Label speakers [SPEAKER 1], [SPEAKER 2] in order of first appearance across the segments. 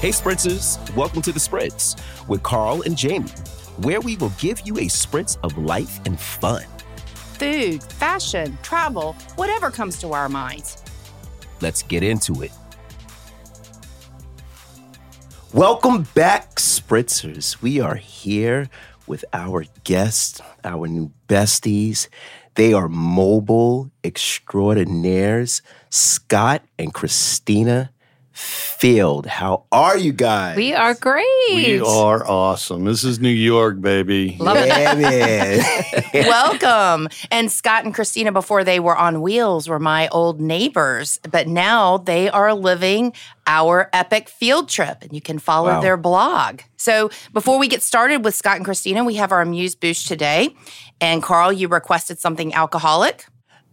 [SPEAKER 1] Hey, Sprinters, welcome to the Sprints with Carl and Jamie, where we will give you a sprint of life and fun.
[SPEAKER 2] Food, fashion, travel, whatever comes to our minds.
[SPEAKER 1] Let's get into it. Welcome back, Spritzers. We are here with our guests, our new besties. They are mobile extraordinaires, Scott and Christina Field. How are you guys?
[SPEAKER 2] We are great.
[SPEAKER 3] We are awesome. This is New York, baby.
[SPEAKER 2] Love it.
[SPEAKER 1] yeah, man.
[SPEAKER 2] Welcome. And Scott and Christina, before they were on wheels, were my old neighbors, but now they are living our epic field trip, and you can follow
[SPEAKER 1] Wow.
[SPEAKER 2] their blog. So, before we get started with Scott and Christina, we have our Amuse Boosh today. And Carl, you requested something alcoholic.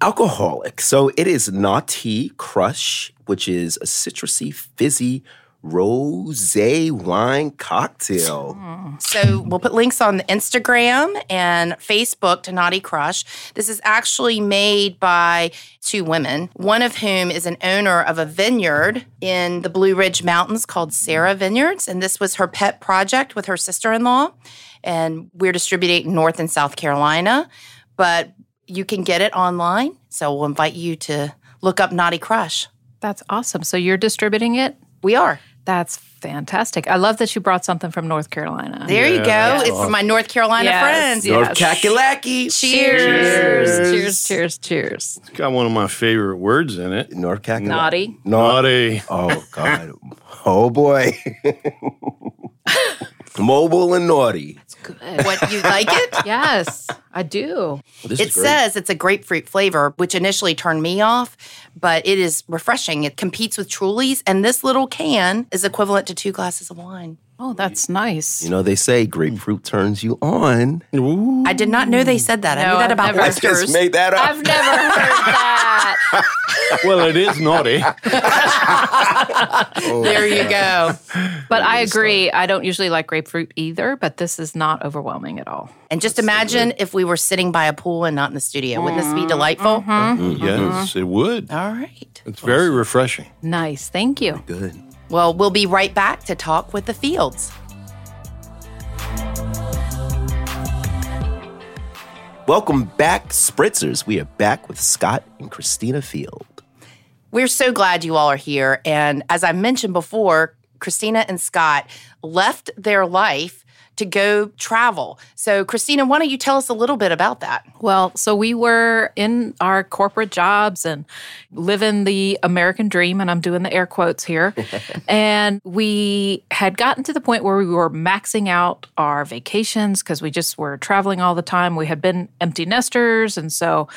[SPEAKER 1] Alcoholic. So it is Naughty Crush, which is a citrusy, fizzy rose wine cocktail.
[SPEAKER 2] So we'll put links on the Instagram and Facebook to Naughty Crush. This is actually made by two women, one of whom is an owner of a vineyard in the Blue Ridge Mountains called Sarah Vineyards. And this was her pet project with her sister in law. And we're distributing it in North and South Carolina, but you can get it online. So we'll invite you to look up Naughty Crush.
[SPEAKER 4] That's awesome. So you're distributing it?
[SPEAKER 2] We are.
[SPEAKER 4] That's fantastic. I love that you brought something from North Carolina.
[SPEAKER 2] There you go. It's for my North Carolina
[SPEAKER 4] Yes,
[SPEAKER 2] friends.
[SPEAKER 4] yes.
[SPEAKER 1] North Kakalaki.
[SPEAKER 2] Cheers.
[SPEAKER 4] Cheers, cheers, cheers.
[SPEAKER 3] It's got one of my favorite words in it.
[SPEAKER 1] North Kakalaki.
[SPEAKER 4] Naughty.
[SPEAKER 1] Naughty.
[SPEAKER 3] Naughty.
[SPEAKER 1] Oh, God. oh, boy. Mobile and naughty.
[SPEAKER 4] Good.
[SPEAKER 2] What you like it?
[SPEAKER 4] yes, I do.
[SPEAKER 1] This
[SPEAKER 2] It
[SPEAKER 1] is great.
[SPEAKER 2] says it's a grapefruit flavor, which initially turned me off, but it is refreshing. It competes with Truly's, and this little can is equivalent to two glasses of wine.
[SPEAKER 4] Oh, that's nice.
[SPEAKER 1] you know, they say grapefruit turns you on.
[SPEAKER 3] Ooh.
[SPEAKER 2] I did not know they said that. I
[SPEAKER 4] No,
[SPEAKER 2] knew that
[SPEAKER 4] I've
[SPEAKER 2] about
[SPEAKER 4] never-
[SPEAKER 1] I just
[SPEAKER 2] oysters.
[SPEAKER 1] made that up.
[SPEAKER 4] I've never heard that.
[SPEAKER 3] Well, it is naughty.
[SPEAKER 2] There you go.
[SPEAKER 4] But I agree. I don't usually like grapefruit either, but this is not overwhelming at all.
[SPEAKER 2] And just imagine if we were sitting by a pool and not in the studio. Wouldn't this be delightful?
[SPEAKER 3] Mm-hmm. yes, it would.
[SPEAKER 2] All right.
[SPEAKER 3] It's very refreshing.
[SPEAKER 4] Nice. Thank you.
[SPEAKER 1] Good.
[SPEAKER 2] Well, we'll be right back to talk with the fields.
[SPEAKER 1] Welcome back, Spritzers. We are back with Scott and Christina Field.
[SPEAKER 2] We're so glad you all are here. And as I mentioned before, Christina and Scott left their life to go travel. So, Christina, why don't you tell us a little bit about that?
[SPEAKER 4] Well, so we were in our corporate jobs and living the American dream, and I'm doing the air quotes here. and we had gotten to the point where we were maxing out our vacations because we just were traveling all the time. We had been empty nesters, and so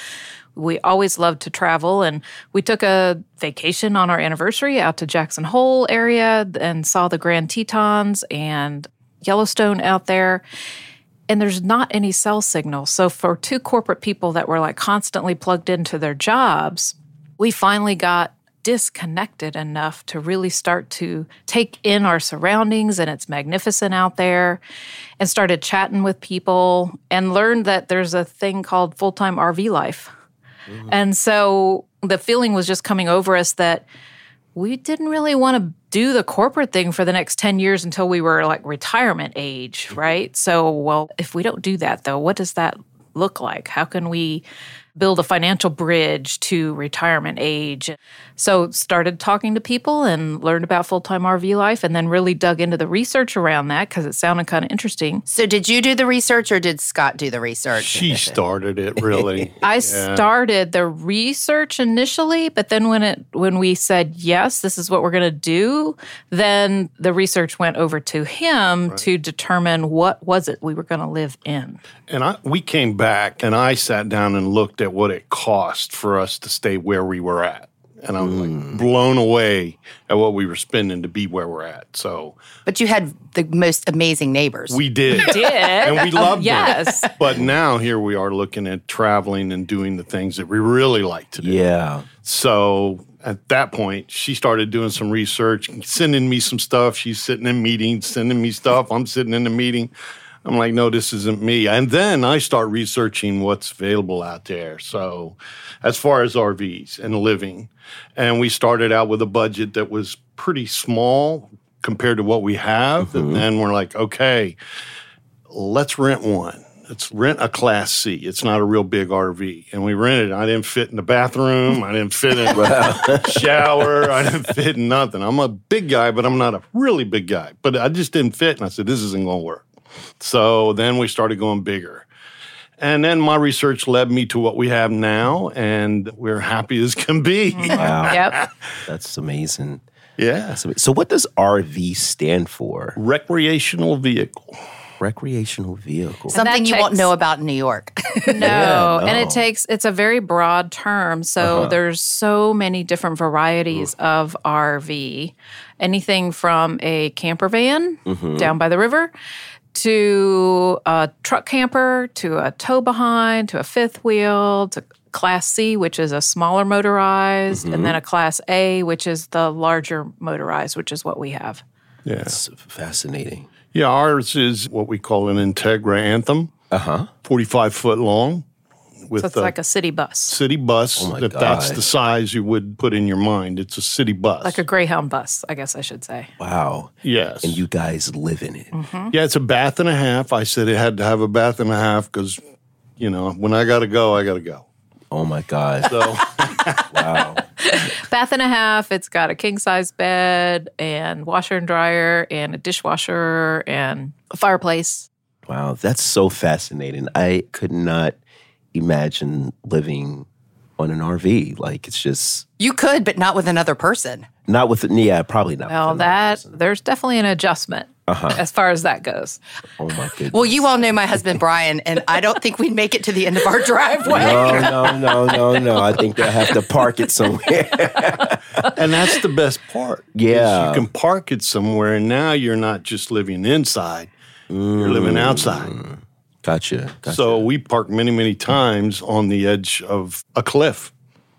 [SPEAKER 4] we always loved to travel and we took a vacation on our anniversary out to Jackson Hole area and saw the Grand Tetons and Yellowstone out there and there's not any cell signal. So for two corporate people that were like constantly plugged into their jobs, we finally got disconnected enough to really start to take in our surroundings and it's magnificent out there and started chatting with people and learned that there's a thing called full-time RV life. And so the feeling was just coming over us that we didn't really want to do the corporate thing for the next 10 years until we were like retirement age, right? So, well, if we don't do that though, what does that look like? How can we build a financial bridge to retirement age? So, started talking to people and learned about full-time RV life and then really dug into the research around that cuz it sounded kind of interesting.
[SPEAKER 2] So, did you do the research or did Scott do the research?
[SPEAKER 3] She started it, really.
[SPEAKER 4] I started the research initially, but then when it when we said yes, this is what we're going to do, then the research went over to him to determine what was it we were going to live in.
[SPEAKER 3] And I, we came back, and I sat down and looked at what it cost for us to stay where we were at. And I was like blown away at what we were spending to be where we're at. So
[SPEAKER 2] But you had the most amazing neighbors.
[SPEAKER 3] we did.
[SPEAKER 4] Did
[SPEAKER 3] And we loved it.
[SPEAKER 4] yes.
[SPEAKER 3] But now here we are looking at traveling and doing the things that we really like to do.
[SPEAKER 1] Yeah.
[SPEAKER 3] So at that point, she started doing some research, sending me some stuff. She's sitting in meetings, sending me stuff. I'm sitting in the meeting. I'm like, no, this isn't me. And then I start researching what's available out there. So, as far as RVs and living, and we started out with a budget that was pretty small, compared to what we have. And then we're like, okay, let's rent one. Let's rent a class C. It's not a real big RV. And we rented. it. I didn't fit in the bathroom. I didn't fit in the shower. I didn't fit in nothing. I'm a big guy, but I'm not a really big guy. But I just didn't fit. And I said, this isn't going to work. So then we started going bigger. And then my research led me to what we have now, and we're happy as can be.
[SPEAKER 1] Wow,
[SPEAKER 4] Yep.
[SPEAKER 1] that's amazing.
[SPEAKER 3] yeah.
[SPEAKER 1] So, so what does RV stand for?
[SPEAKER 3] Recreational vehicle.
[SPEAKER 1] Recreational vehicle.
[SPEAKER 4] that
[SPEAKER 2] Something you won't
[SPEAKER 4] takes-
[SPEAKER 2] know about in New York.
[SPEAKER 4] No,
[SPEAKER 1] Yeah,
[SPEAKER 4] and
[SPEAKER 1] no.
[SPEAKER 4] it takes it's a very broad term. So there's so many different varieties of RV. Anything from a camper van down by the river to a truck camper to a tow behind to a fifth wheel to class C which is a smaller motorized and then a class A which is the larger motorized which is what we have.
[SPEAKER 3] Yeah.
[SPEAKER 1] That's fascinating.
[SPEAKER 3] Yeah, ours is what we call an Integra Anthem. Uh
[SPEAKER 1] Uh-huh.
[SPEAKER 3] huh. 45 foot long with
[SPEAKER 4] So it's
[SPEAKER 3] a
[SPEAKER 4] like a city bus.
[SPEAKER 3] city bus.
[SPEAKER 1] Oh my
[SPEAKER 3] that That's
[SPEAKER 1] God.
[SPEAKER 3] the size you would put in your mind. It's a city bus.
[SPEAKER 4] Like a Greyhound bus, I guess I should say.
[SPEAKER 1] Wow.
[SPEAKER 3] yes.
[SPEAKER 1] And you guys live in it.
[SPEAKER 4] Uh-huh.
[SPEAKER 3] yeah, it's a bath and a half. I said it had to have a bath and a half because, you know, when I got to go, I got to go.
[SPEAKER 1] Oh my God.
[SPEAKER 3] So.
[SPEAKER 1] Wow.
[SPEAKER 4] bath and a half. It's got a king size bed and washer and dryer and a dishwasher and a fireplace.
[SPEAKER 1] Wow. That's so fascinating. I could not imagine living on an RV. Like it's just
[SPEAKER 2] you could, but not with another person.
[SPEAKER 1] not with, yeah, probably not. with
[SPEAKER 4] Well,
[SPEAKER 1] another
[SPEAKER 4] that
[SPEAKER 1] person.
[SPEAKER 4] there's definitely an adjustment
[SPEAKER 3] Uh-huh.
[SPEAKER 4] as far as that goes.
[SPEAKER 1] Oh my goodness.
[SPEAKER 2] Well, you all know my husband Brian, and I don't think we'd make it to the end of our driveway.
[SPEAKER 1] No, no, no, no, no. I think they'll have to park it somewhere.
[SPEAKER 3] and that's the best part. is
[SPEAKER 1] Yeah.
[SPEAKER 3] you can park it somewhere, and now you're not just living inside; you're living outside.
[SPEAKER 1] Gotcha. Mm. gotcha.
[SPEAKER 3] So we parked many, many times on the edge of a cliff,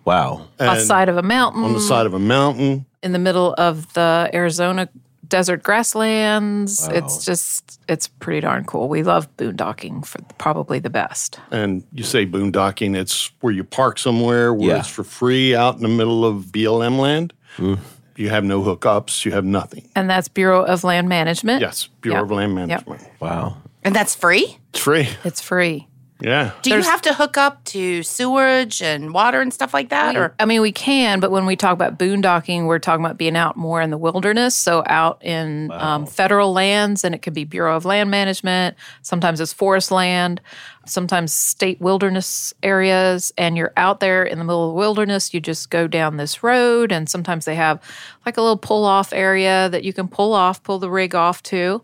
[SPEAKER 1] wow.
[SPEAKER 4] On the
[SPEAKER 3] And
[SPEAKER 4] side of a mountain,
[SPEAKER 3] on the side of a mountain.
[SPEAKER 4] in the middle of the Arizona desert grasslands.
[SPEAKER 1] Wow.
[SPEAKER 4] It's just it's pretty darn cool. We love boondocking for probably the best.
[SPEAKER 3] And you say boondocking, it's where you park somewhere where
[SPEAKER 1] Yeah.
[SPEAKER 3] it's for free out in the middle of BLM land. You have no hookups, you have nothing.
[SPEAKER 4] And that's Bureau of Land Management.
[SPEAKER 3] Yes, Bureau
[SPEAKER 4] Yep.
[SPEAKER 3] of Land Management.
[SPEAKER 1] Wow.
[SPEAKER 2] And that's free?
[SPEAKER 3] It's free.
[SPEAKER 4] It's free.
[SPEAKER 3] Yeah.
[SPEAKER 2] Do you have to hook up to sewage and water and stuff like that? Or
[SPEAKER 4] I mean, we can, but when we talk about boondocking, we're talking about being out more in the wilderness. So, out in um, federal lands, and it could be Bureau of Land Management, sometimes it's forest land, sometimes state wilderness areas. And you're out there in the middle of the wilderness, you just go down this road, and sometimes they have like a little pull off area that you can pull off, pull the rig off to,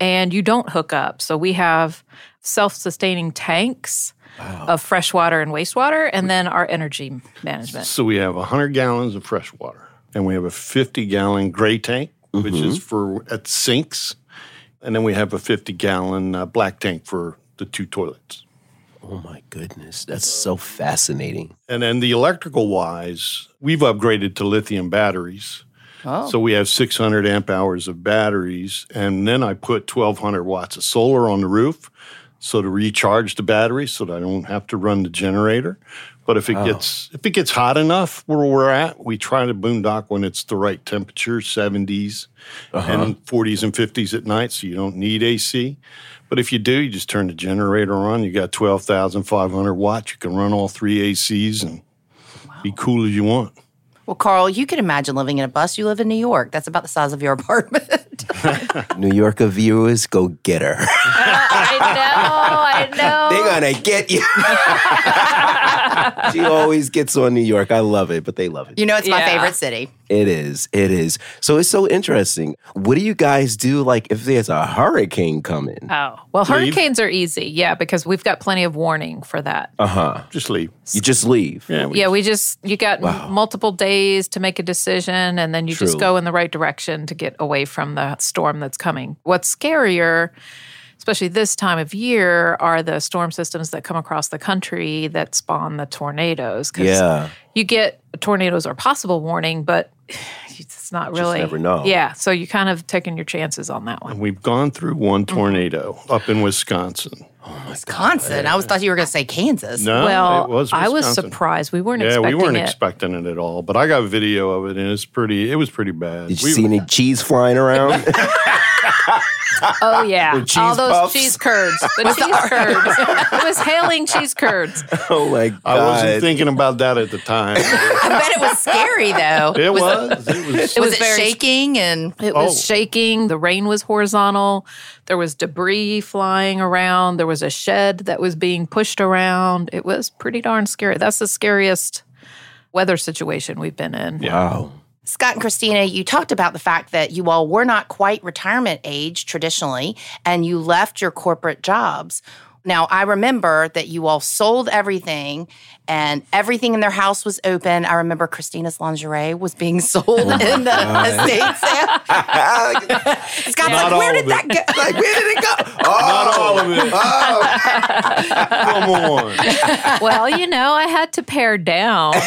[SPEAKER 4] and you don't hook up. So, we have self sustaining tanks of fresh water and wastewater, and then our energy management.
[SPEAKER 3] So we have 100 gallons of fresh water, and we have a 50 gallon gray tank, which is for at sinks, and then we have a 50 gallon uh, black tank for the two toilets.
[SPEAKER 1] Oh my goodness. That's so fascinating.
[SPEAKER 3] And then the electrical wise, we've upgraded to lithium batteries. So we have 600 amp hours of batteries, and then I put 1,200 watts of solar on the roof, so to recharge the battery, so that I don't have to run the generator. But if it gets if it gets hot enough where we're at, we try to boondock when it's the right temperature, 70s and 40s and 50s at night, so you don't need AC. But if you do, you just turn the generator on. You got 12,500 watts. You can run all three ACs and be cool as you want.
[SPEAKER 2] well, Carl, you can imagine living in a bus. You live in New York. That's about the size of your apartment.
[SPEAKER 1] New Yorker viewers, go get her.
[SPEAKER 4] I know, I
[SPEAKER 1] They're gonna get you. she always gets on New York. I love it, but they love it.
[SPEAKER 2] you know, it's my
[SPEAKER 4] Yeah.
[SPEAKER 2] favorite city.
[SPEAKER 1] It is. It is. So it's so interesting. What do you guys do like if there's a hurricane coming?
[SPEAKER 2] Uh,
[SPEAKER 4] Oh, well,
[SPEAKER 3] Leave.
[SPEAKER 4] hurricanes are easy. Yeah, because we've got plenty of warning for that.
[SPEAKER 1] Uh-huh.
[SPEAKER 3] Just leave.
[SPEAKER 1] You just leave.
[SPEAKER 3] Yeah, we-
[SPEAKER 4] yeah, we just, you got m- multiple days to make a decision, and then you
[SPEAKER 1] True.
[SPEAKER 4] just go in the right direction to get away from the storm that's coming. What's scarier, especially this time of year, are the storm systems that come across the country that spawn the tornadoes. 'cause
[SPEAKER 1] Yeah.
[SPEAKER 4] you get tornadoes or possible warning, but it's not really.
[SPEAKER 1] never know.
[SPEAKER 4] Yeah. So you're kind of taking your chances on that one.
[SPEAKER 3] We've gone through one
[SPEAKER 4] Mm-hmm.
[SPEAKER 3] tornado up in Wisconsin.
[SPEAKER 2] Wisconsin. I always thought you were going to say Kansas.
[SPEAKER 3] No,
[SPEAKER 4] well,
[SPEAKER 3] it was
[SPEAKER 4] I was
[SPEAKER 3] Wisconsin.
[SPEAKER 4] surprised. We weren't
[SPEAKER 3] Yeah, we
[SPEAKER 4] expecting
[SPEAKER 3] weren't
[SPEAKER 4] it.
[SPEAKER 3] expecting it at all, but I got video of it, and it's pretty. It was pretty bad.
[SPEAKER 1] Did you
[SPEAKER 3] We-
[SPEAKER 1] see any cheese flying around?
[SPEAKER 4] oh yeah,
[SPEAKER 1] cheese
[SPEAKER 4] all those
[SPEAKER 1] puffs.
[SPEAKER 4] cheese curds. The cheese curds. it was hailing cheese curds.
[SPEAKER 1] oh my god!
[SPEAKER 3] I wasn't thinking about that at the time.
[SPEAKER 2] I bet it was scary though.
[SPEAKER 3] it was. It was.
[SPEAKER 2] was,
[SPEAKER 4] was
[SPEAKER 2] it
[SPEAKER 4] very-
[SPEAKER 2] shaking and
[SPEAKER 4] It
[SPEAKER 3] Oh.
[SPEAKER 4] was shaking. The rain was horizontal. There was debris flying around. There was a shed that was being pushed around. It was pretty darn scary. That's the scariest weather situation we've been in.
[SPEAKER 1] wow.
[SPEAKER 2] Scott and Christina, you talked about the fact that you all were not quite retirement age traditionally, and you left your corporate jobs. Now, I remember that you all sold everything and everything in their house was open. I remember Christina's lingerie was being
[SPEAKER 3] Oh
[SPEAKER 2] sold in the estate sale. Scott's
[SPEAKER 3] Not
[SPEAKER 2] like, where
[SPEAKER 3] all
[SPEAKER 2] did
[SPEAKER 3] of
[SPEAKER 2] that
[SPEAKER 3] it.
[SPEAKER 2] go?
[SPEAKER 1] Like where did it go? Oh,
[SPEAKER 3] Not all of it.
[SPEAKER 1] oh.
[SPEAKER 3] Come on.
[SPEAKER 4] well, you know, I had to pare down.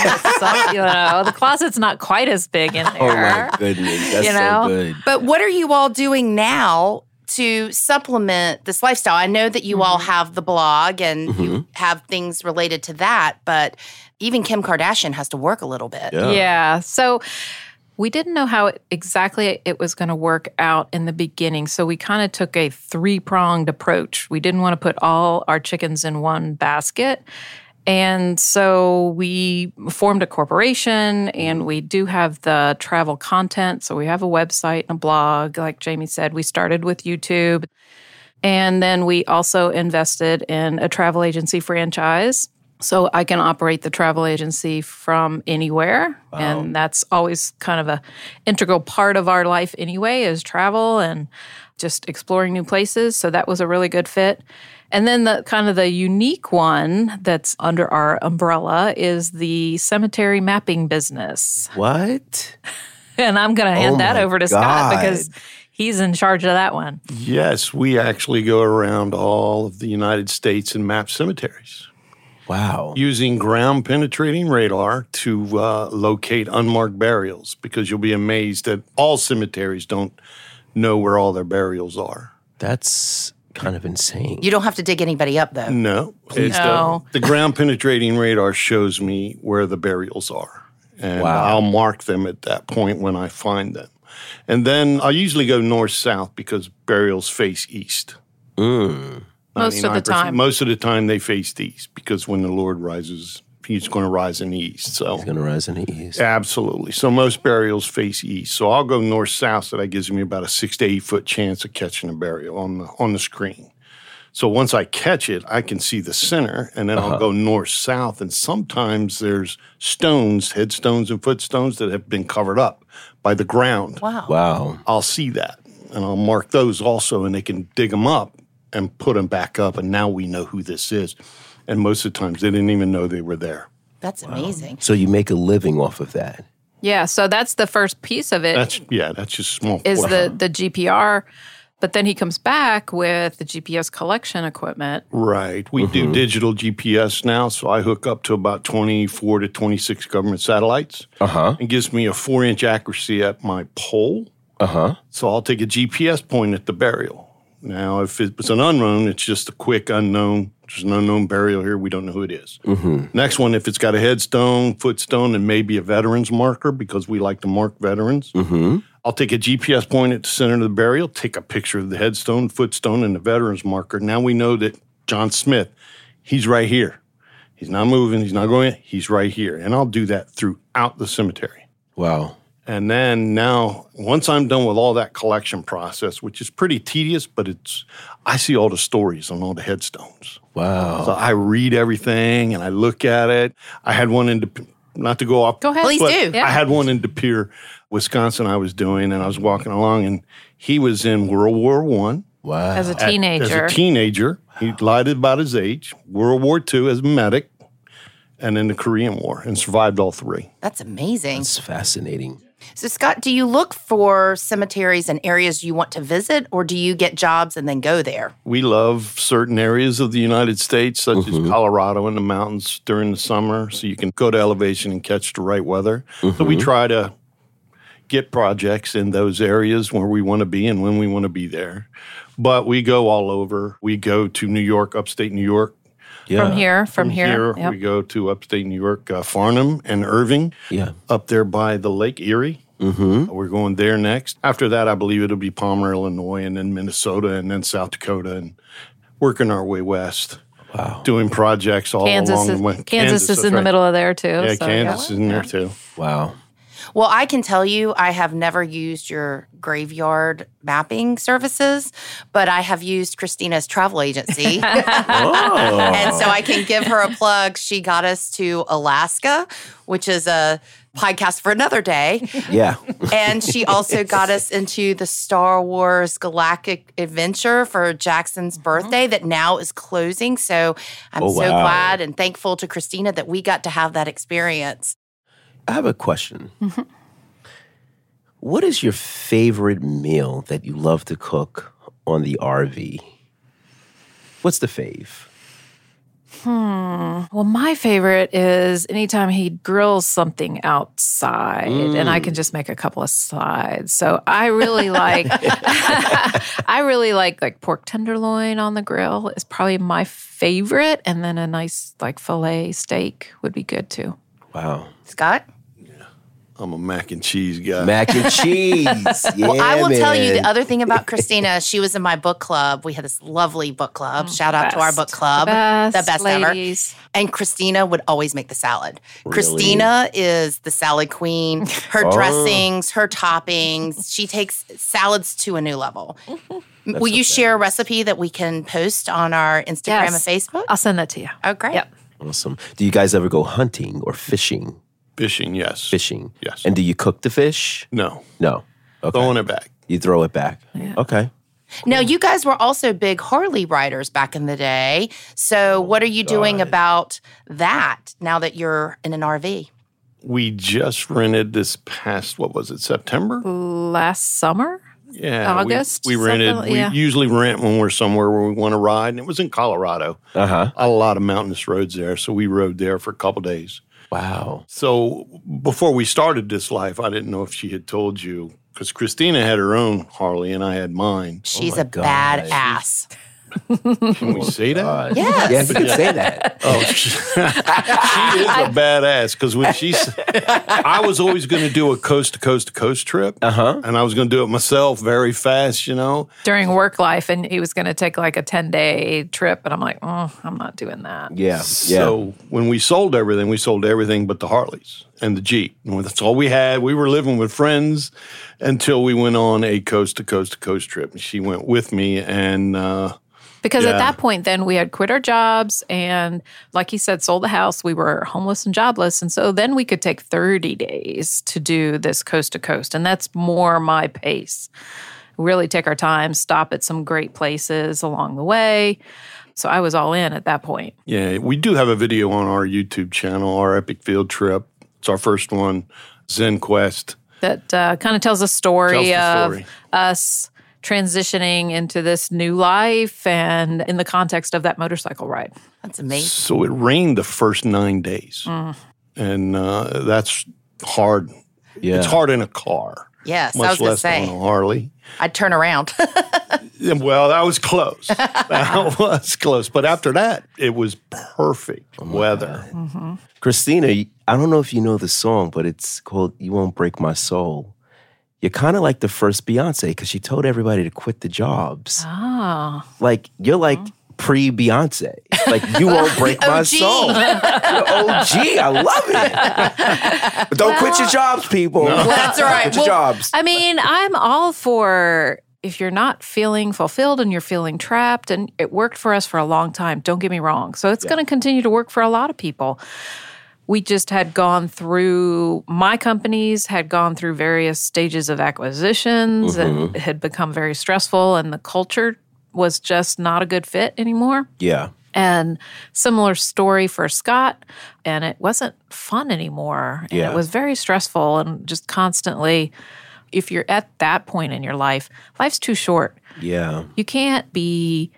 [SPEAKER 4] So, you know, the closet's not quite as big in there.
[SPEAKER 1] Oh my goodness! That's
[SPEAKER 4] You
[SPEAKER 1] so
[SPEAKER 4] know?
[SPEAKER 1] good.
[SPEAKER 2] But what are you all doing now to supplement this lifestyle? I know that you all have the blog and you have things related to that, but even Kim Kardashian has to work a little bit.
[SPEAKER 1] Yeah.
[SPEAKER 4] Yeah. So we didn't know how it, exactly it was going to work out in the beginning. So we kind of took a three pronged approach. We didn't want to put all our chickens in one basket. And so we formed a corporation and we do have the travel content. So we have a website and a blog. Like Jamie said, we started with YouTube. And then we also invested in a travel agency franchise. So I can operate the travel agency from anywhere. And that's always kind of a integral part of our life anyway is travel and just exploring new places. So that was a really good fit. And then the kind of the unique one that's under our umbrella is the cemetery mapping business.
[SPEAKER 1] What?
[SPEAKER 4] And I'm going to hand
[SPEAKER 1] Oh
[SPEAKER 4] that
[SPEAKER 1] my
[SPEAKER 4] over to Scott
[SPEAKER 1] God.
[SPEAKER 4] because he's in charge of that one.
[SPEAKER 3] Yes, we actually go around all of the United States and map cemeteries
[SPEAKER 1] Wow.
[SPEAKER 3] using ground penetrating radar to uh, locate unmarked burials because you'll be amazed that all cemeteries don't know where all their burials are.
[SPEAKER 1] That's kind of insane.
[SPEAKER 2] You don't have to dig anybody up though.
[SPEAKER 3] No, it's the-
[SPEAKER 4] No.
[SPEAKER 3] The, ground penetrating radar shows me where the burials are, and
[SPEAKER 1] Wow.
[SPEAKER 3] I'll mark them at that point when I find them. And then I usually go north south because burials face east.
[SPEAKER 4] Most of the
[SPEAKER 3] 99%.
[SPEAKER 4] time.
[SPEAKER 3] Most of the time they face east because when the Lord rises, he's going to rise in the east. So
[SPEAKER 1] Gonna rise in the east.
[SPEAKER 3] absolutely. So most burials face east. So I'll go north south. So that gives me about a six to eight foot chance of catching a burial on the on the screen. So once I catch it, I can see the center, and then I'll go north south. And sometimes there's stones, headstones, and footstones that have been covered up by the ground.
[SPEAKER 2] Wow.
[SPEAKER 1] Wow.
[SPEAKER 3] I'll see that and I'll mark those also, and they can dig them up and put them back up. And now we know who this is. And most of the times they didn't even know they were there.
[SPEAKER 2] That's amazing.
[SPEAKER 1] So you make a living off of that.
[SPEAKER 4] Yeah. So that's the first piece of it.
[SPEAKER 3] That's yeah, that's just a small.
[SPEAKER 4] is
[SPEAKER 3] portion.
[SPEAKER 4] the the GPR. But then he comes back with the GPS collection equipment.
[SPEAKER 3] right? We do digital GPS now, so I hook up to about twenty-four to twenty-six government satellites. Uh huh. And gives me a four-inch accuracy at my pole.
[SPEAKER 1] Uh huh.
[SPEAKER 3] So I'll take a GPS point at the burial. Now, if it was an unknown, it's just a quick unknown. There's an unknown burial here. We don't know who it is. Next one, if it's got a headstone, footstone, and maybe a veterans marker because we like to mark veterans, I'll take a GPS point at the center of the burial, take a picture of the headstone, footstone, and the veterans marker. Now we know that John Smith, he's right here. He's not moving. He's not going. He's right here. And I'll do that throughout the cemetery.
[SPEAKER 1] Wow.
[SPEAKER 3] And then now, once I'm done with all that collection process, which is pretty tedious, but it's, I see all the stories on all the headstones.
[SPEAKER 1] Wow.
[SPEAKER 2] Oh.
[SPEAKER 3] So I read everything and I look at it. I had one in, De- not to go off.
[SPEAKER 4] Go ahead.
[SPEAKER 2] Please
[SPEAKER 3] but
[SPEAKER 2] do.
[SPEAKER 4] Yeah.
[SPEAKER 3] I had one in De Pere, Wisconsin. I was doing, and I was walking along, and he was in World War One
[SPEAKER 1] Wow.
[SPEAKER 4] As a
[SPEAKER 3] at-
[SPEAKER 4] teenager,
[SPEAKER 3] As a teenager, he lied about his age. World War II as a medic, and then the Korean War, and survived all three.
[SPEAKER 2] That's amazing.
[SPEAKER 1] It's fascinating.
[SPEAKER 2] so Scott, do you look for cemeteries and areas you want to visit or do you get jobs and then go there?
[SPEAKER 3] we love certain areas of the United States, such as Colorado and the mountains during the summer, so you can go to elevation and catch the right weather. So we try to get projects in those areas where we want to be and when we want to be there. But we go all over. We go to New York, upstate New York,
[SPEAKER 1] Yeah.
[SPEAKER 4] From here, from, here. yep.
[SPEAKER 3] we go to upstate New York, uh, Farnham and Irving,
[SPEAKER 1] Yeah.
[SPEAKER 3] up there by the Lake Erie. Mm-hmm. We're going there next. After that, I believe it'll be Palmer, Illinois, and then Minnesota, and then South Dakota, and working our way west. Wow. Doing projects all
[SPEAKER 4] Kansas,
[SPEAKER 3] along
[SPEAKER 4] is,
[SPEAKER 3] the way.
[SPEAKER 4] Kansas, is
[SPEAKER 3] that's
[SPEAKER 4] in the
[SPEAKER 3] right.
[SPEAKER 4] middle of there too.
[SPEAKER 3] Yeah,
[SPEAKER 4] so,
[SPEAKER 3] Kansas is in there too.
[SPEAKER 1] Wow.
[SPEAKER 2] Well, I can tell you, I have never used your graveyard mapping services, but I have used Christina's travel agency. and so I can give her a plug. She got us to Alaska, which is a podcast for another day.
[SPEAKER 1] Yeah.
[SPEAKER 2] And she also got us into the Star Wars Galactic Adventure for Jackson's birthday that now is closing. So I'm
[SPEAKER 1] Mm-hmm. Oh,
[SPEAKER 2] so
[SPEAKER 1] wow.
[SPEAKER 2] glad and thankful to Christina that we got to have that experience.
[SPEAKER 1] I have a question. What is your favorite meal that you love to cook on the RV? What's the fave?
[SPEAKER 4] Well, my favorite is anytime he grills something outside and I can just make a couple of slides. So I really like I really like like pork tenderloin on the grill is probably my favorite and then a nice like fillet steak would be good too.
[SPEAKER 1] Wow.
[SPEAKER 2] Scott?
[SPEAKER 3] I'm a mac and cheese guy.
[SPEAKER 1] Mac and cheese. Yeah,
[SPEAKER 2] Well, I will tell you
[SPEAKER 1] man.
[SPEAKER 2] the other thing about Christina. She was in my book club. We had this lovely book club. Shout out to our
[SPEAKER 4] Oh, best.
[SPEAKER 2] book club,
[SPEAKER 4] Best,
[SPEAKER 2] the best ever.
[SPEAKER 4] ladies.
[SPEAKER 2] And Christina would always make the salad. Christina is the salad queen. Her dressings, her toppings. She takes salads to a new level. will you share a recipe that we can post on our Instagram
[SPEAKER 4] Yes.
[SPEAKER 2] and Facebook?
[SPEAKER 4] I'll send that to you.
[SPEAKER 2] Oh, great.
[SPEAKER 4] Yep.
[SPEAKER 1] Awesome. Do you guys ever go hunting or fishing?
[SPEAKER 3] Fishing, yes.
[SPEAKER 1] Fishing.
[SPEAKER 3] Yes.
[SPEAKER 1] And do you cook the fish?
[SPEAKER 3] No.
[SPEAKER 1] No. Okay.
[SPEAKER 3] Throwing it back.
[SPEAKER 1] You throw it back. Okay.
[SPEAKER 2] Now, you guys were also big Harley riders back in the day. So, what are you doing about that now that you're in an RV?
[SPEAKER 3] We just rented this past, what was it, September?
[SPEAKER 4] Last summer?
[SPEAKER 3] Yeah, we-
[SPEAKER 4] August,
[SPEAKER 3] We, rented.
[SPEAKER 4] something- yeah.
[SPEAKER 3] We usually rent when we're somewhere where we want to ride, and it was in Colorado.
[SPEAKER 1] Uh huh.
[SPEAKER 3] A lot of mountainous roads there, so we rode there for a couple days.
[SPEAKER 1] Wow.
[SPEAKER 3] So before we started this life, I didn't know if she had told you because Christina had her own Harley and I had mine.
[SPEAKER 2] She's
[SPEAKER 1] my
[SPEAKER 2] a
[SPEAKER 1] gosh.
[SPEAKER 2] badass.
[SPEAKER 3] Can we say that?
[SPEAKER 2] Yes.
[SPEAKER 1] Yes, you can say that.
[SPEAKER 3] Oh, she, she is a badass because when she, s- I was always going to do a coast to coast to coast trip, uh-huh. and I was going to do it myself very fast, you know.
[SPEAKER 4] During work life and he was going to take like a 10-day trip and I'm like, "Oh, I'm not doing that."
[SPEAKER 1] Yeah. Yeah.
[SPEAKER 3] So when we sold everything, we sold everything but the Harleys and the Jeep. And that's all we had. We were living with friends until we went on a coast to coast to coast trip. And she went with me. And uh,
[SPEAKER 4] Because at
[SPEAKER 3] Yeah.
[SPEAKER 4] that point, then we had quit our jobs and, like he said, sold the house. We were homeless and jobless. And so then we could take 30 days to do this coast to coast. And that's more my pace. Really take our time, stop at some great places along the way. So I was all in at that point.
[SPEAKER 3] yeah, we do have a video on our YouTube channel, our epic field trip. It's our first one, Zen Quest.
[SPEAKER 4] That uh, kind of tells a story
[SPEAKER 3] Tells the
[SPEAKER 4] of
[SPEAKER 3] story.
[SPEAKER 4] us transitioning into this new life and in the context of that motorcycle ride.
[SPEAKER 2] That's amazing.
[SPEAKER 3] So it rained the first nine days.
[SPEAKER 2] Mm.
[SPEAKER 3] And uh, that's hard.
[SPEAKER 1] yeah.
[SPEAKER 3] It's hard in a car,
[SPEAKER 2] Yes, I was going
[SPEAKER 3] much
[SPEAKER 2] to
[SPEAKER 3] less on a
[SPEAKER 2] say.
[SPEAKER 3] Harley.
[SPEAKER 2] I'd turn around.
[SPEAKER 3] Yeah, Well, that was close. that was close. But after that, it was perfect
[SPEAKER 1] Oh,
[SPEAKER 3] weather.
[SPEAKER 1] Christina, y- I don't know if you know the song, but it's called You Won't Break My Soul. You're kind of like the first Beyonce because she told everybody to quit the jobs.
[SPEAKER 4] Ah,
[SPEAKER 1] Like, you're like pre Beyonce. Like, you won't break my
[SPEAKER 2] OG.
[SPEAKER 1] soul. You're OG. I love it. But don't quit your jobs, people.
[SPEAKER 2] That's right.
[SPEAKER 1] Quit your
[SPEAKER 2] Well,
[SPEAKER 1] jobs.
[SPEAKER 4] I mean, I'm all for if you're not feeling fulfilled and you're feeling trapped, and it worked for us for a long time. Don't get me wrong. So it's going to continue to work for a lot of people. We just had gone through, my companies had gone through various stages of acquisitions and it had become very stressful, and the culture was just not a good fit anymore.
[SPEAKER 1] Yeah.
[SPEAKER 4] And similar story for Scott. And it wasn't fun anymore. And
[SPEAKER 1] Yeah.
[SPEAKER 4] it was very stressful and just constantly, if you're at that point in your life, life's too short.
[SPEAKER 1] Yeah.
[SPEAKER 4] You can't be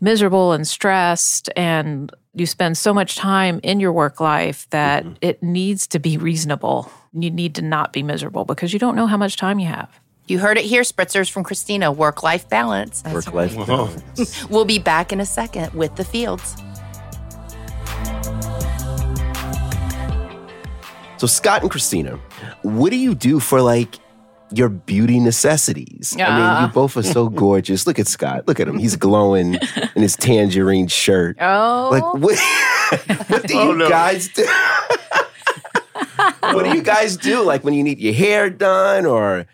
[SPEAKER 4] miserable and stressed
[SPEAKER 1] Mm-hmm.
[SPEAKER 4] and you spend so much time in your work life that it needs to be reasonable. You need to not be miserable because you don't know how much time you have.
[SPEAKER 2] You heard it here, Spritzers from Christina. Work life balance.
[SPEAKER 1] Work life balance.
[SPEAKER 2] We'll be back in a second with the fields.
[SPEAKER 1] So Scott and Christina, what do you do for like your beauty necessities? I mean, you both are so gorgeous. Look at Scott. Look at him. He's glowing in his tangerine shirt.
[SPEAKER 4] Oh,
[SPEAKER 1] Like what, what do you
[SPEAKER 3] no.
[SPEAKER 1] guys do? what do you guys do? Like when you need your hair done or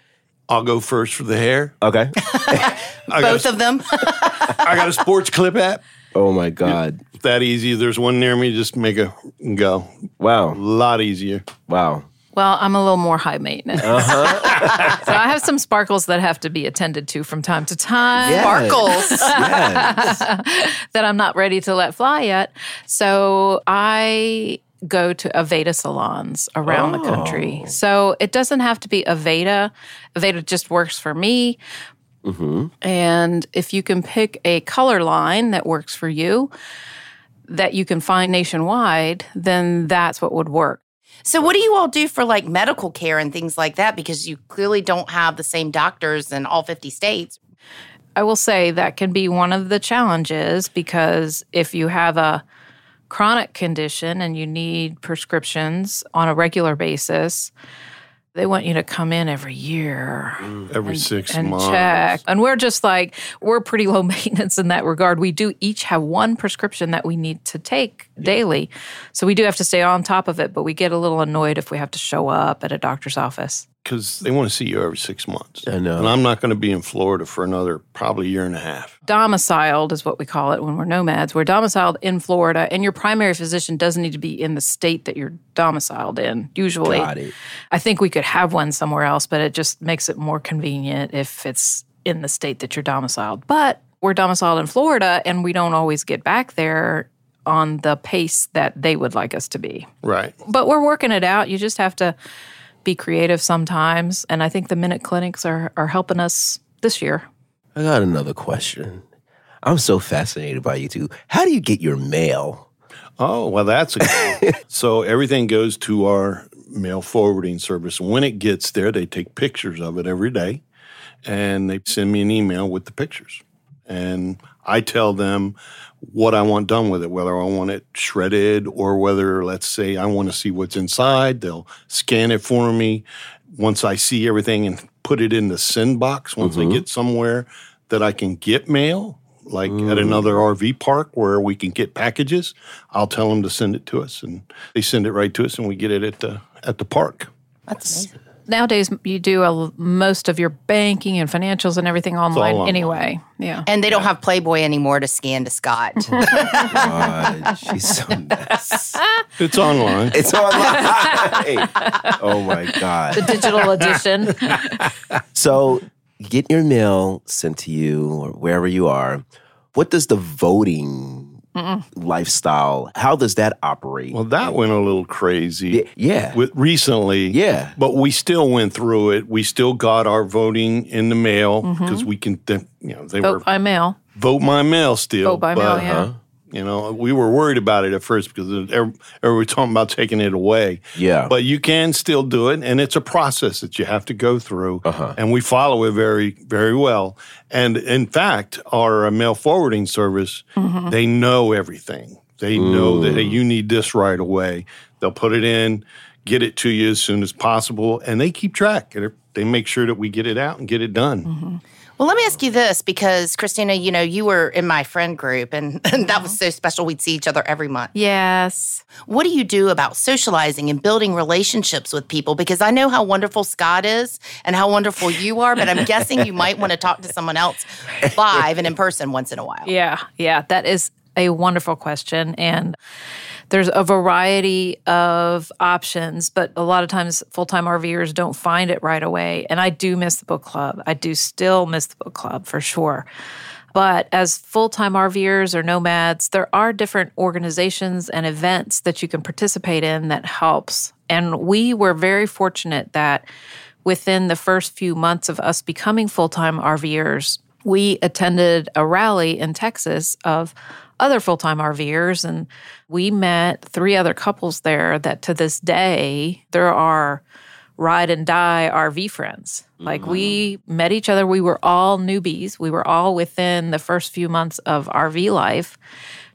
[SPEAKER 3] I'll go first for the hair.
[SPEAKER 1] okay.
[SPEAKER 3] I
[SPEAKER 2] Both
[SPEAKER 3] got a,
[SPEAKER 2] of them.
[SPEAKER 3] I got a sports clip app.
[SPEAKER 1] Oh my God.
[SPEAKER 3] It's that easy. There's one near me. Just make a go. A
[SPEAKER 1] Wow.
[SPEAKER 3] lot easier.
[SPEAKER 1] Wow.
[SPEAKER 4] Well, I'm a little more high maintenance.
[SPEAKER 1] Uh-huh.
[SPEAKER 4] so I have some sparkles that have to be attended to from time to time
[SPEAKER 1] Yeah.
[SPEAKER 2] Sparkles.
[SPEAKER 1] Yes.
[SPEAKER 4] that I'm not ready to let fly yet. So I go to Aveda salons around the country. So it doesn't have to be Aveda. Aveda just works for me. And if you can pick a color line that works for you, that you can find nationwide, then that's what would work.
[SPEAKER 2] So, what do you all do for like medical care and things like that? Because you clearly don't have the same doctors in all 50 states.
[SPEAKER 4] I will say that can be one of the challenges because if you have a chronic condition and you need prescriptions on a regular basis, they want you to come in every year
[SPEAKER 3] Every six
[SPEAKER 4] and
[SPEAKER 3] months.
[SPEAKER 4] check. And we're just like, we're pretty low maintenance in that regard. We do each have one prescription that we need to take daily. So we do have to stay on top of it, but we get a little annoyed if we have to show up at a doctor's office.
[SPEAKER 3] because they want to see you every six months.
[SPEAKER 1] I know.
[SPEAKER 3] And I'm not going to be in Florida for another probably year and a half.
[SPEAKER 4] domiciled is what we call it when we're nomads. We're domiciled in Florida, and your primary physician doesn't need to be in the state that you're domiciled in, usually.
[SPEAKER 1] Got it.
[SPEAKER 4] I think we could have one somewhere else, but it just makes it more convenient if it's in the state that you're domiciled. But we're domiciled in Florida, and we don't always get back there on the pace that they would like us to be.
[SPEAKER 3] Right.
[SPEAKER 4] But we're working it out. You just have to be creative sometimes. And I think the minute clinics are, are helping us this year.
[SPEAKER 1] I got another question. I'm so fascinated by you two. How do you get your mail?
[SPEAKER 3] Oh, well, that's a good one. So everything goes to our mail forwarding service. When it gets there, they take pictures of it every day and they send me an email with the pictures. And I tell them what I want done with it, whether I want it shredded or whether, let's say, I want to see what's inside. They'll scan it for me. Once I see everything and put it in the send box, once
[SPEAKER 1] Mm-hmm.
[SPEAKER 3] I get somewhere that I can get mail, like
[SPEAKER 1] Mm-hmm.
[SPEAKER 3] at another RV park where we can get packages, I'll tell them to send it to us, and they send it right to us, and we get it at the at the park.
[SPEAKER 2] That's amazing.
[SPEAKER 4] nowadays you do a, most of your banking and financials and everything online,
[SPEAKER 3] online.
[SPEAKER 4] anyway. Yeah.
[SPEAKER 2] And they don't have Playboy anymore to scan to Scott.
[SPEAKER 1] God, she's so nice.
[SPEAKER 3] It's online.
[SPEAKER 1] It's online. oh my God.
[SPEAKER 4] Digital edition.
[SPEAKER 1] So you get your mail sent to you or wherever you are. What does the voting lifestyle, how does that operate?
[SPEAKER 3] well, that went a little crazy.
[SPEAKER 1] yeah.
[SPEAKER 3] With recently,
[SPEAKER 1] Yeah.
[SPEAKER 3] but we still went through it. We still got our voting in the mail
[SPEAKER 1] Mm-hmm.
[SPEAKER 3] because we can, th- you know, they were
[SPEAKER 4] Vote by mail.
[SPEAKER 3] vote my mail still.
[SPEAKER 4] Vote by mail,
[SPEAKER 3] but, uh-huh.
[SPEAKER 4] yeah.
[SPEAKER 3] You know, we were worried about it at first because every- everyone was talking about taking it away.
[SPEAKER 1] Yeah.
[SPEAKER 3] But you can still do it, and it's a process that you have to go through, and we follow it very, very well. And in fact, our uh, mail forwarding service,
[SPEAKER 4] Mm-hmm.
[SPEAKER 3] they know everything. They know that hey, you need this right away. They'll put it in, get it to you as soon as possible, and they keep track. And They make sure that we get it out and get it done.
[SPEAKER 4] Mm-hmm.
[SPEAKER 2] well, let me ask you this because, Christina, you know, you were in my friend group and, and that was so special. We'd see each other every month.
[SPEAKER 4] Yes.
[SPEAKER 2] What do you do about socializing and building relationships with people? Because I know how wonderful Scott is and how wonderful you are, but I'm guessing you might want to talk to someone else live and in person once in a while.
[SPEAKER 4] Yeah. Yeah. That is a wonderful question. And there's a variety of options, but a lot of times full time RVers don't find it right away. And I do miss the book club. I do still miss the book club for sure. But as full time RVers or nomads, there are different organizations and events that you can participate in that helps. And we were very fortunate that within the first few months of us becoming full time RVers, we attended a rally in Texas of other full time RVers, and we met three other couples there that to this day, there are ride and die RV friends. Like we met each other, we were all newbies. We were all within the first few months of RV life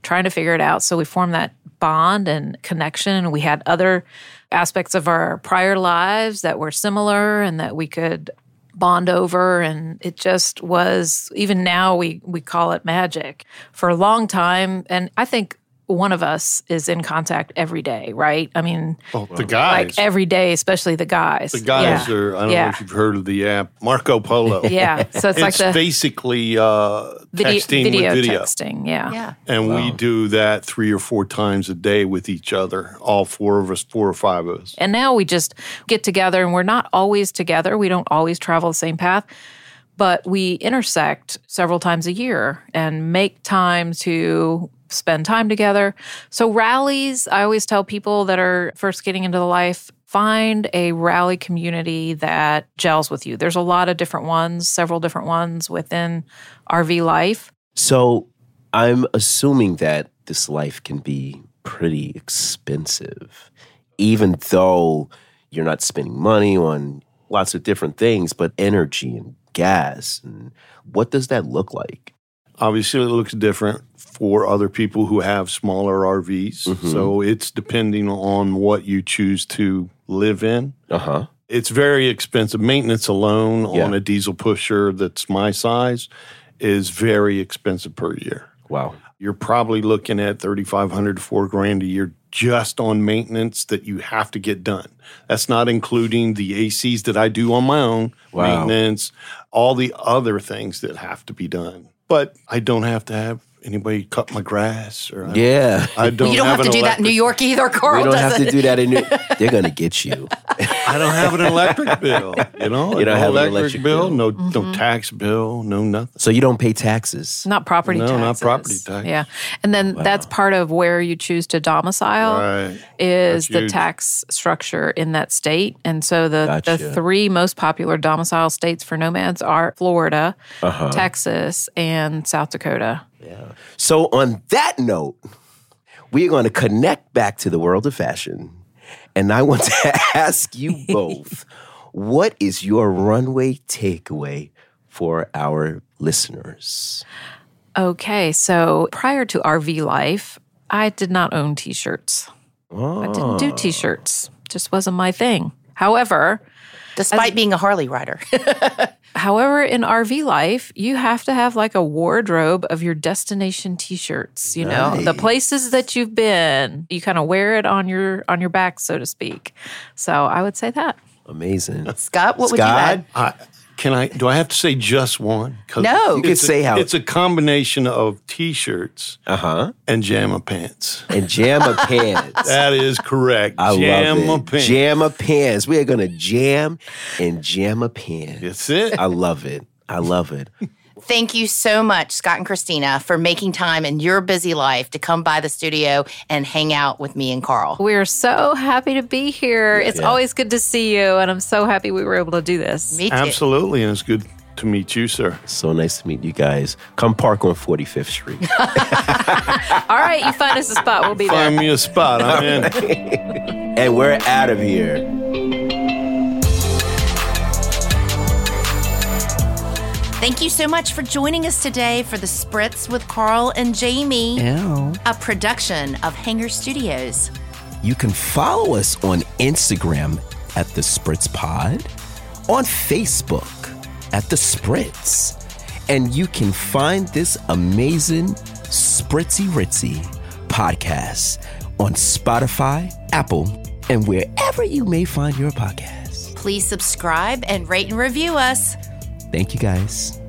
[SPEAKER 4] trying to figure it out. So we formed that bond and connection. And we had other aspects of our prior lives that were similar and that we could bond over and it just was even now we we call it magic for a long time and i think one of us is in contact every day right i mean
[SPEAKER 3] Oh, the guys.
[SPEAKER 4] like every day especially the guys
[SPEAKER 3] the guys
[SPEAKER 4] yeah.
[SPEAKER 3] are, I don't know
[SPEAKER 4] yeah.
[SPEAKER 3] if you've heard of the app, Marco Polo.
[SPEAKER 4] yeah so it's,
[SPEAKER 3] It's,
[SPEAKER 4] like the
[SPEAKER 3] basically uh,
[SPEAKER 4] video,
[SPEAKER 3] texting
[SPEAKER 4] video,
[SPEAKER 3] with video.
[SPEAKER 4] texting yeah
[SPEAKER 2] Yeah.
[SPEAKER 3] And we do that three or four times a day with each other, all four of us, four or five of us.
[SPEAKER 4] And now we just get together and we're not always together. We don't always travel the same path, but we intersect several times a year and make time to spend time together. So, rallies, I always tell people that are first getting into the life find a rally community that gels with you. There's a lot of different ones, several different ones within RV life.
[SPEAKER 1] So I'm assuming that this life can be pretty expensive, even though you're not spending money on lots of different things, but energy and gas. And what does that look like?
[SPEAKER 3] Obviously, it looks different for other people who have smaller RVs. So it's depending on what you choose to live in.
[SPEAKER 1] Uh huh.
[SPEAKER 3] It's very expensive. Maintenance alone
[SPEAKER 1] Yeah.
[SPEAKER 3] on a diesel pusher that's my size is very expensive per year.
[SPEAKER 1] Wow.
[SPEAKER 3] You're probably looking at 3500 to 4 grand a year just on maintenance that you have to get done. That's not including the ACs that I do on my own,
[SPEAKER 1] Wow.
[SPEAKER 3] maintenance, all the other things that have to be done. But I don't have to have anybody cut my grass or I-
[SPEAKER 1] Yeah.
[SPEAKER 3] I, don't,
[SPEAKER 2] You don't have,
[SPEAKER 3] an
[SPEAKER 2] to do that in
[SPEAKER 3] electric-
[SPEAKER 2] New York either, Carl.
[SPEAKER 1] We don't have
[SPEAKER 2] doesn't.
[SPEAKER 1] to do that. In New- They're going to get you.
[SPEAKER 3] I don't have an electric bill, you know?
[SPEAKER 1] You don't
[SPEAKER 3] no
[SPEAKER 1] have an
[SPEAKER 3] electric,
[SPEAKER 1] electric
[SPEAKER 3] bill,
[SPEAKER 1] bill.
[SPEAKER 3] no no tax bill, no nothing.
[SPEAKER 1] So you don't pay taxes.
[SPEAKER 4] Not property
[SPEAKER 3] No,
[SPEAKER 4] taxes.
[SPEAKER 3] not property tax.
[SPEAKER 4] Yeah. And then that's part of where you choose to domicile.
[SPEAKER 3] Right. That's
[SPEAKER 4] is the
[SPEAKER 3] huge.
[SPEAKER 4] tax structure in that state. And so the,
[SPEAKER 1] Gotcha.
[SPEAKER 4] the three most popular domicile states for nomads are Florida,
[SPEAKER 3] Uh-huh.
[SPEAKER 4] Texas, and South Dakota.
[SPEAKER 1] So, on that note, we're going to connect back to the world of fashion. And I want to ask you both what is your runway takeaway for our listeners?
[SPEAKER 4] Okay, so prior to RV life, I did not own t shirts. I didn't
[SPEAKER 3] Ah.
[SPEAKER 4] do t shirts, just wasn't my thing. However,
[SPEAKER 2] Despite being a Harley rider.
[SPEAKER 4] However, in RV life, you have to have like a wardrobe of your destination t-shirts, you know, the places that you've been. You kind of wear it on your on your back, so to speak. So I would say that.
[SPEAKER 1] Amazing.
[SPEAKER 2] Scott, what would you
[SPEAKER 1] Scott?
[SPEAKER 2] add?
[SPEAKER 3] I, can I? Do I have to say just one? 'Cause
[SPEAKER 2] No. You
[SPEAKER 1] can
[SPEAKER 3] it's a-
[SPEAKER 1] say how-
[SPEAKER 3] It's a combination of t-shirts
[SPEAKER 1] Uh huh.
[SPEAKER 3] and jamma pants.
[SPEAKER 1] And Jamma Pants.
[SPEAKER 3] That is correct.
[SPEAKER 1] I
[SPEAKER 3] jamma
[SPEAKER 1] love it.
[SPEAKER 3] pants.
[SPEAKER 1] Jamma Pants. We are going to jam and Jamma Pants.
[SPEAKER 3] That's it.
[SPEAKER 1] I love it. I love it.
[SPEAKER 2] Thank you so much, Scott and Christina, for making time in your busy life to come by the studio and hang out with me and Carl.
[SPEAKER 4] We're so happy to be here. It's always good to see you, and I'm so happy we were able to do this.
[SPEAKER 2] Me too.
[SPEAKER 3] Absolutely, and it's good to meet you, sir.
[SPEAKER 1] So nice to meet you guys. Come park on 45th Street.
[SPEAKER 4] All right, you find us a spot. We'll be there.
[SPEAKER 3] Find me a spot. I'm in.
[SPEAKER 1] and we're out of here.
[SPEAKER 2] Thank you so much for joining us today for the Spritz with Carl and Jamie, a production of Hanger Studios.
[SPEAKER 1] You can follow us on Instagram at The Spritz Pod, on Facebook at The Spritz, and you can find this amazing Spritzy Ritzy podcast on Spotify, Apple, and wherever you may find your podcast.
[SPEAKER 2] Please subscribe and rate and review us.
[SPEAKER 1] Thank you guys.